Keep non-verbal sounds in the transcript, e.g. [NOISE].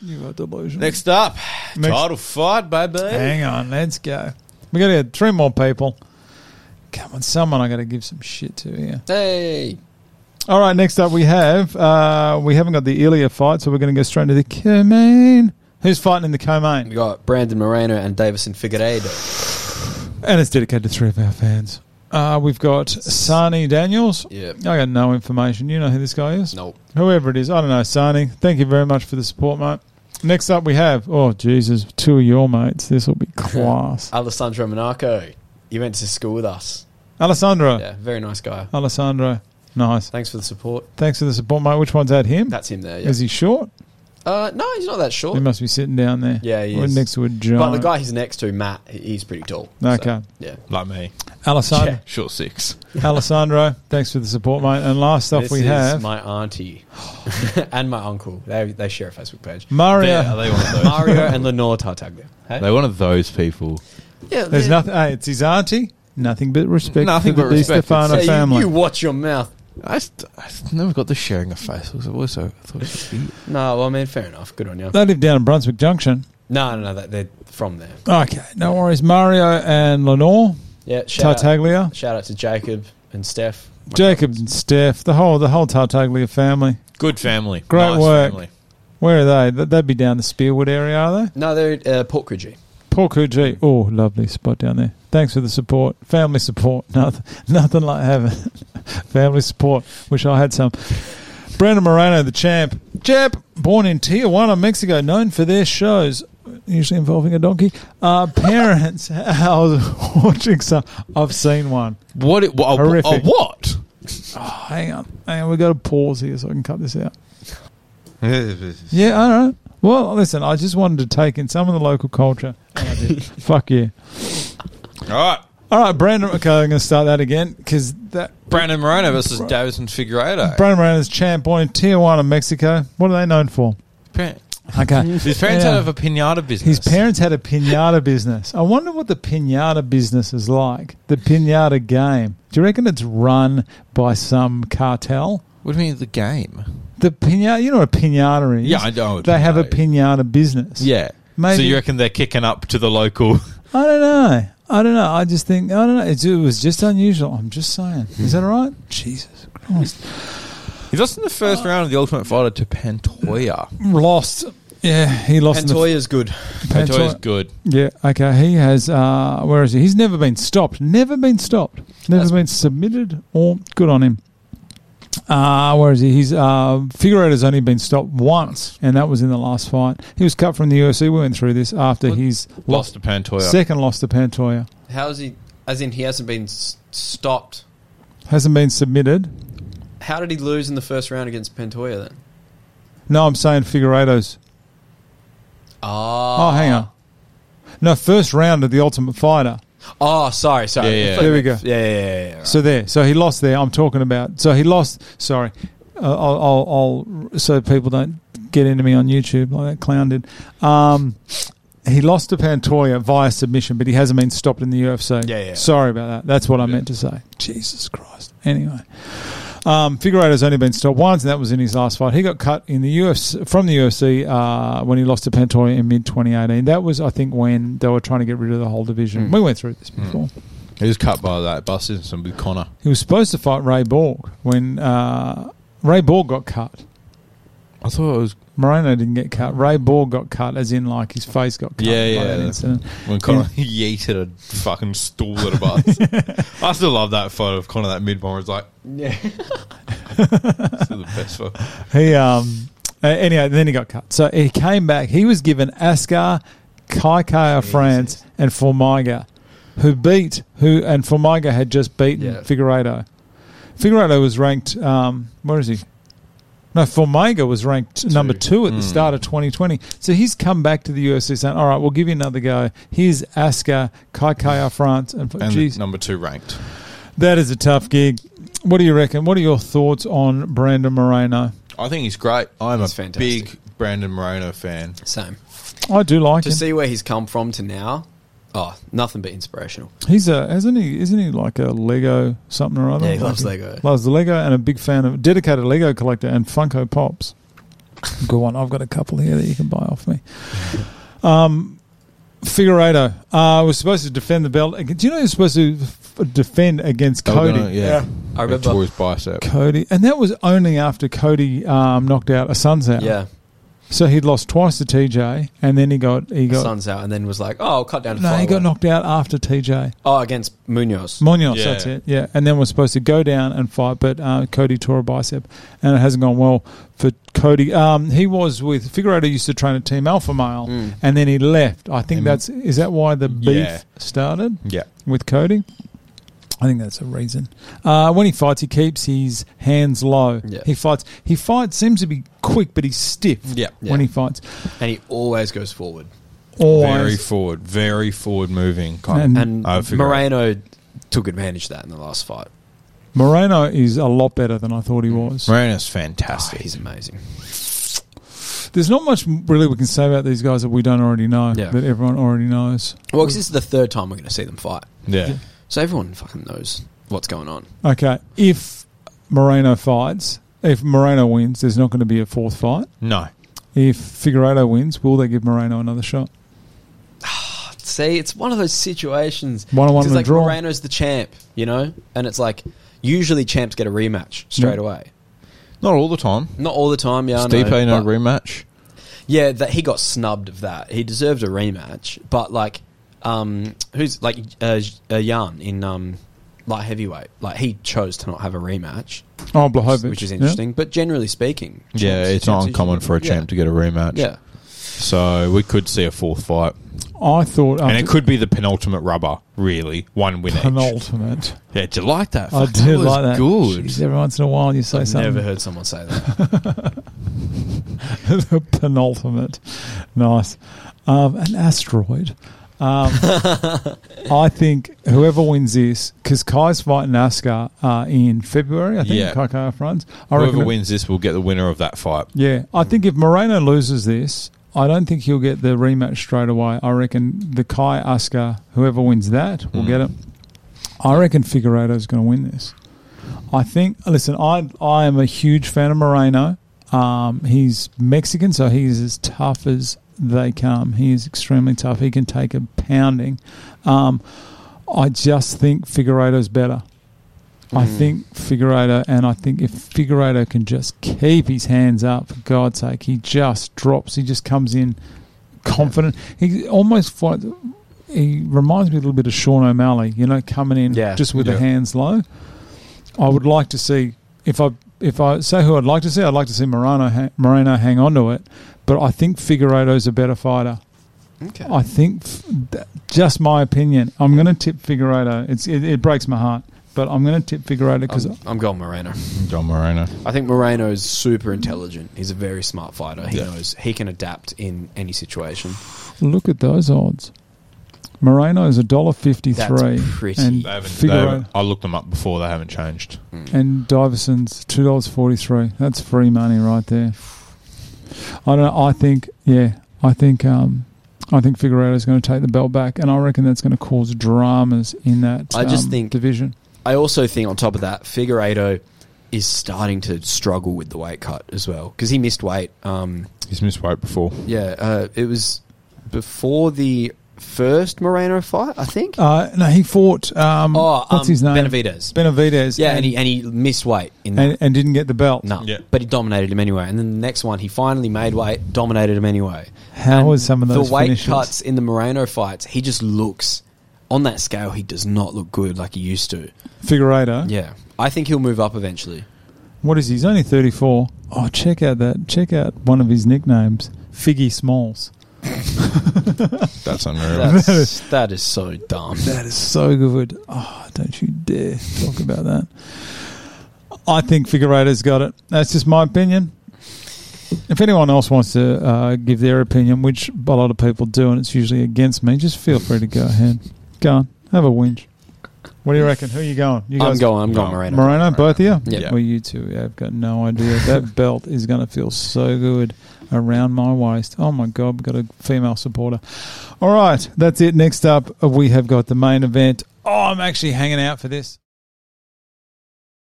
You are delusional. Next up, Next- title fight, baby. Hang on, let's go. We got to get three more people. Come on, someone I got to give some shit to here. Hey. All right, next up we have uh, we haven't got the Ilya fight, so we're going to go straight into the co-main. Who's fighting in the co-main? We got Brandon Moreno and Davison Figueiredo. And it's dedicated to three of our fans. Uh, we've got Sani Daniels. Yeah. I got no information. You know who this guy is? Nope. Whoever it is, I don't know. Sani, thank you very much for the support, mate. Next up we have oh Jesus, two of your mates. This will be class. Alessandro Monaco. You went to school with us. Alessandro, Yeah, very nice guy. Alessandro, nice. Thanks for the support. Thanks for the support, mate. Which one's at him? That's him there. Yeah. Is he short? Uh, no, he's not that short. He must be sitting down there. Yeah, he Or is. next to a giant. But the guy he's next to, Matt, he- he's pretty tall. So, Okay. yeah. Like me. Alessandro, Short six. [LAUGHS] Alessandro, thanks for the support, mate. And last stuff This we is have my [SIGHS] auntie [LAUGHS] and my uncle. They, they share a Facebook page. Mario. Oh, Yeah, are they one of those? [LAUGHS] Mario and Lenore Tartaglia. Hey? They're one of those people. Yeah, There's they're- nothing. Hey, it's his auntie. Nothing but respect Nothing for but the Di respect. Stefano Hey, you- family. You, watch your mouth. I, st- I st- never got the sharing of faces. I also thought it was weird. No, well, I mean, fair enough. Good on you. They live down in Brunswick Junction. No, no, no. That, they're from there. Okay, no worries. Mario and Lenore Yeah. Shout out, Tartaglia, shout out to Jacob and Steph. My Jacob brothers. and Steph, the whole the whole Tartaglia family. Good family. Great Nice work. family. Where are they? Th- They'd be down the Spearwood area, are they? No, they're uh, Port Coogee. Port Coogee. Oh, lovely spot down there. Thanks for the support, family support. [LAUGHS] Nothing, nothing like having [LAUGHS] family support. Wish I had some. Brandon Moreno, the champ. Champ, born in Tijuana, Mexico, known for their shows, usually involving a donkey. Uh, [LAUGHS] parents, I was [LAUGHS] watching some. I've seen one. What? It, what a, a Horrific. [LAUGHS] what? Hang on, hang on. We got to pause here so I can cut this out. Yeah, all right. Well, listen, I just wanted to take in some of the local [LAUGHS] culture. And I did. Fuck yeah. All right. All right, Brandon. Okay, I'm going to start that again because that Brandon Moreno versus Davison Figueiredo. Brandon Moreno's champ born in Tijuana, Mexico. What are they known for? Par- Okay, [LAUGHS] His parents Yeah. had a pinata business. His parents had a pinata business. I wonder what the pinata business is like. The pinata game. Do you reckon it's run by some cartel? What do you mean the game? The pinata. You know what a pinata is? Yeah, I know. They have a pinata business. Yeah. Maybe- So you reckon they're kicking up to the local? [LAUGHS] I don't know. I don't know. I just think I don't know. It's, it was just unusual. I'm just saying. Is that all right? Jesus Christ. He lost in the first round of the Ultimate Fighter to Pantoya. Lost. Yeah, he lost. in the- Pantoya's good. Pantoya's good. Yeah, okay. He has, uh, where is he? He's never been stopped. Never been stopped. Never That's- been submitted or good on him. Uh, where is he? He's, uh, Figueredo's only been stopped once, and that was in the last fight. He was cut from the UFC. We went through this after Well, his Lost to Pantoya. second loss to Pantoya. How's he? As in, he hasn't been s- stopped. Hasn't been submitted. How did he lose in the first round against Pantoya then? No, I'm saying Figueredo's. Oh, Oh, hang on. No, first round of the Ultimate Fighter. Oh, sorry, sorry. Yeah, yeah. There we go. Yeah, yeah, yeah. yeah, right. So there, so he lost there. I'm talking about. So he lost. Sorry, uh, I'll, I'll, I'll so people don't get into me on YouTube like that clown did. Um, he lost to Pantoya via submission, but he hasn't been stopped in the UFC. Yeah, yeah. Sorry about that. That's what I meant to say. Jesus Christ. Anyway. Um, Figueredo's only been stopped once, and that was in his last fight. He got cut in the UFC from the UFC uh, when he lost to Pantoya in mid 2018. That was, I think, when they were trying to get rid of the whole division. Mm. We went through this before. He was cut by that bus incident with Connor. He was supposed to fight Ray Borg when uh, Ray Borg got cut. I thought it was Moreno didn't get cut. Ray Borg got cut, as in like his face got cut Yeah, by yeah. that incident. when Connor [LAUGHS] yeeted a fucking stool at a [LAUGHS] bus. I still love that photo of Connor, that mid bomber. It's like, Yeah. still the best photo. He um. uh, Anyway, then he got cut. So he came back. He was given Ascar, Kaikai of France, and Formiga, who beat who and Formiga had just beaten Yeah. Figueredo. Figueredo was ranked. Um, where is he? No, Formiga was ranked number two Hmm. at the start of 2020. So he's come back to the UFC saying, "All right, we'll give you another go." Here's Ascar, Kaikai of France, and, And geez, number two ranked. that is a tough gig. What do you reckon? What are your thoughts on Brandon Moreno? I think he's great. I'm He's a fantastic. big Brandon Moreno fan. [LAUGHS] Same. I do like To him. see where he's come from to now, oh, nothing but inspirational. He's a hasn't he? Isn't he like a Lego something or other? Yeah, he loves Like Lego. Loves the Lego and a big fan of dedicated Lego collector and Funko Pops. Good one. I've got a couple here that you can buy off me. Um, Figueredo uh, was supposed to defend the belt. against- Do you know he was supposed to f- defend against Oh, Cody? no, yeah. I He remember. tore his bicep. Cody, and that was only after Cody um, knocked out a Suns out. Yeah, So he'd lost twice to TJ, and then he got he got sun's out, and then was like, "Oh, I'll cut down." To no, he got flyweight. knocked out after TJ. Oh, against Munoz. Munoz, Yeah. that's it. Yeah, and then we're supposed to go down and fight, but uh, Cody tore a bicep, and it hasn't gone well for Cody. Um, he was with Figueroa used to train at Team Alpha Male, Mm. and then he left. I think And- that's is that why the beef Yeah. started Yeah. with Cody. I think that's a reason. Uh, when he fights, he keeps his hands low. Yeah. He fights. He fights. Seems to be quick, but he's stiff. Yeah. Yeah. When he fights, and he always goes forward. Very always. forward, very forward moving. Kind And- of. And I figure Moreno took advantage of that in the last fight. Moreno is a lot better than I thought he Mm. was. Moreno's Oh, fantastic. he's amazing. There's not much really we can say about these guys that we don't already know Yeah. that everyone already knows. Well, 'cause this is the third time we're going to see them fight, yeah. so everyone fucking knows what's going on. Okay, if Moreno fights, if Moreno wins, there's not going to be a fourth fight. No. If Figueredo wins, will they give Moreno another shot? See, it's one of those situations. One on one It's and a like draw. Moreno's the champ, you know, and it's like usually champs get a rematch straight Yeah. away. Not all the time. Not all the time, yeah. I know, Stipe, no but- rematch. Yeah, that he got snubbed of that. He deserved a rematch, but like, um, who's like uh, uh, Jan in um, light heavyweight? Like he chose to not have a rematch, Oh, Blahovic, which is yeah. interesting. But generally speaking, Yeah, champs- it's not champs uncommon usually- for a champ to get a rematch. Yeah, So we could see a fourth fight. I thought, and it could be the penultimate rubber, really. One win each. penultimate. Yeah, did you like that? I Fuck, did was like that. Good. Jeez, every once in a while, you say I've something. never heard someone say that. [LAUGHS] the penultimate. Nice. Um, an asteroid. [LAUGHS] Um, I think whoever wins this, because Kai's fighting NASCAR uh, in February, I think. Yeah. Kai Kaif runs. I Whoever reckon. wins this will get the winner of that fight. Yeah. I think if Moreno loses this, I don't think he'll get the rematch straight away. I reckon the Kai Asuka, whoever wins that, will Mm. get it. I reckon Figueredo's going to win this. I think. Listen, I I am a huge fan of Moreno. Um, he's Mexican, so he's as tough as they come. He is extremely tough. He can take a pounding. Um, I just think Figueredo's better. I Mm. think Figueredo, and I think if Figueredo can just keep his hands up, for God's sake, he just drops. He just comes in confident. He almost fights. He reminds me a little bit of Sean O'Malley, you know, coming in Yeah. just with Yeah. the hands low. I would like to see if I if I say who I'd like to see, I'd like to see Moreno ha- Moreno hang on to it, but I think Figueredo's a better fighter. [LAUGHS] Okay. I think f- that, just my opinion. I'm going to tip Figueredo. It's it, it breaks my heart, but I'm going to tip Figueredo because I'm, I'm going Moreno. John Moreno. I think Moreno is super intelligent. He's a very smart fighter. He Yeah. knows he can adapt in any situation. look at those odds. Moreno is a dollar fifty three, That's pretty. and They haven't, they Figueredo haven't- I looked them up before. They haven't changed. and Diverson's two dollars forty three. That's free money right there. I don't. know. I think yeah. I think um, I think Figueredo's going to take the belt back, and I reckon that's going to cause dramas in that. I just um, think- division. I also think on top of that, Figueredo is starting to struggle with the weight cut as well because he missed weight. Um, He's missed weight before. yeah, uh, it was before the first Moreno fight, I think. Uh, no, he fought. Um, oh, what's um, his name? Benavides. Benavidez. yeah, and he and he missed weight in that. and, and didn't get the belt. no, Yeah. but he dominated him anyway. And then the next one, he finally made weight, dominated him anyway. How And was some of those the weight finishes? cuts in the Moreno fights? He just looks on that scale. He does not look good like he used to. Figueredo. Yeah, I think he'll move up eventually. What is he? He's only 34. Oh, check out that. Check out one of his nicknames, Figgy Smalls. That's unreal. That's, that is so dumb. That is so good. Oh, don't you dare talk about that. I think Figueredo's got it. That's just my opinion. If anyone else wants to uh, give their opinion, which a lot of people do, and it's usually against me, just feel free to go ahead. Go on, have a whinge. What do you reckon? Who are you going? You I'm going. I'm No. going Moreno. Moreno, both of you? Yeah. Well, you two, yeah, I've got no idea. That belt is going to feel so good around my waist. Oh my God, we've got a female supporter. All right, that's it. Next up, we have got the main event. Oh, I'm actually hanging out for this.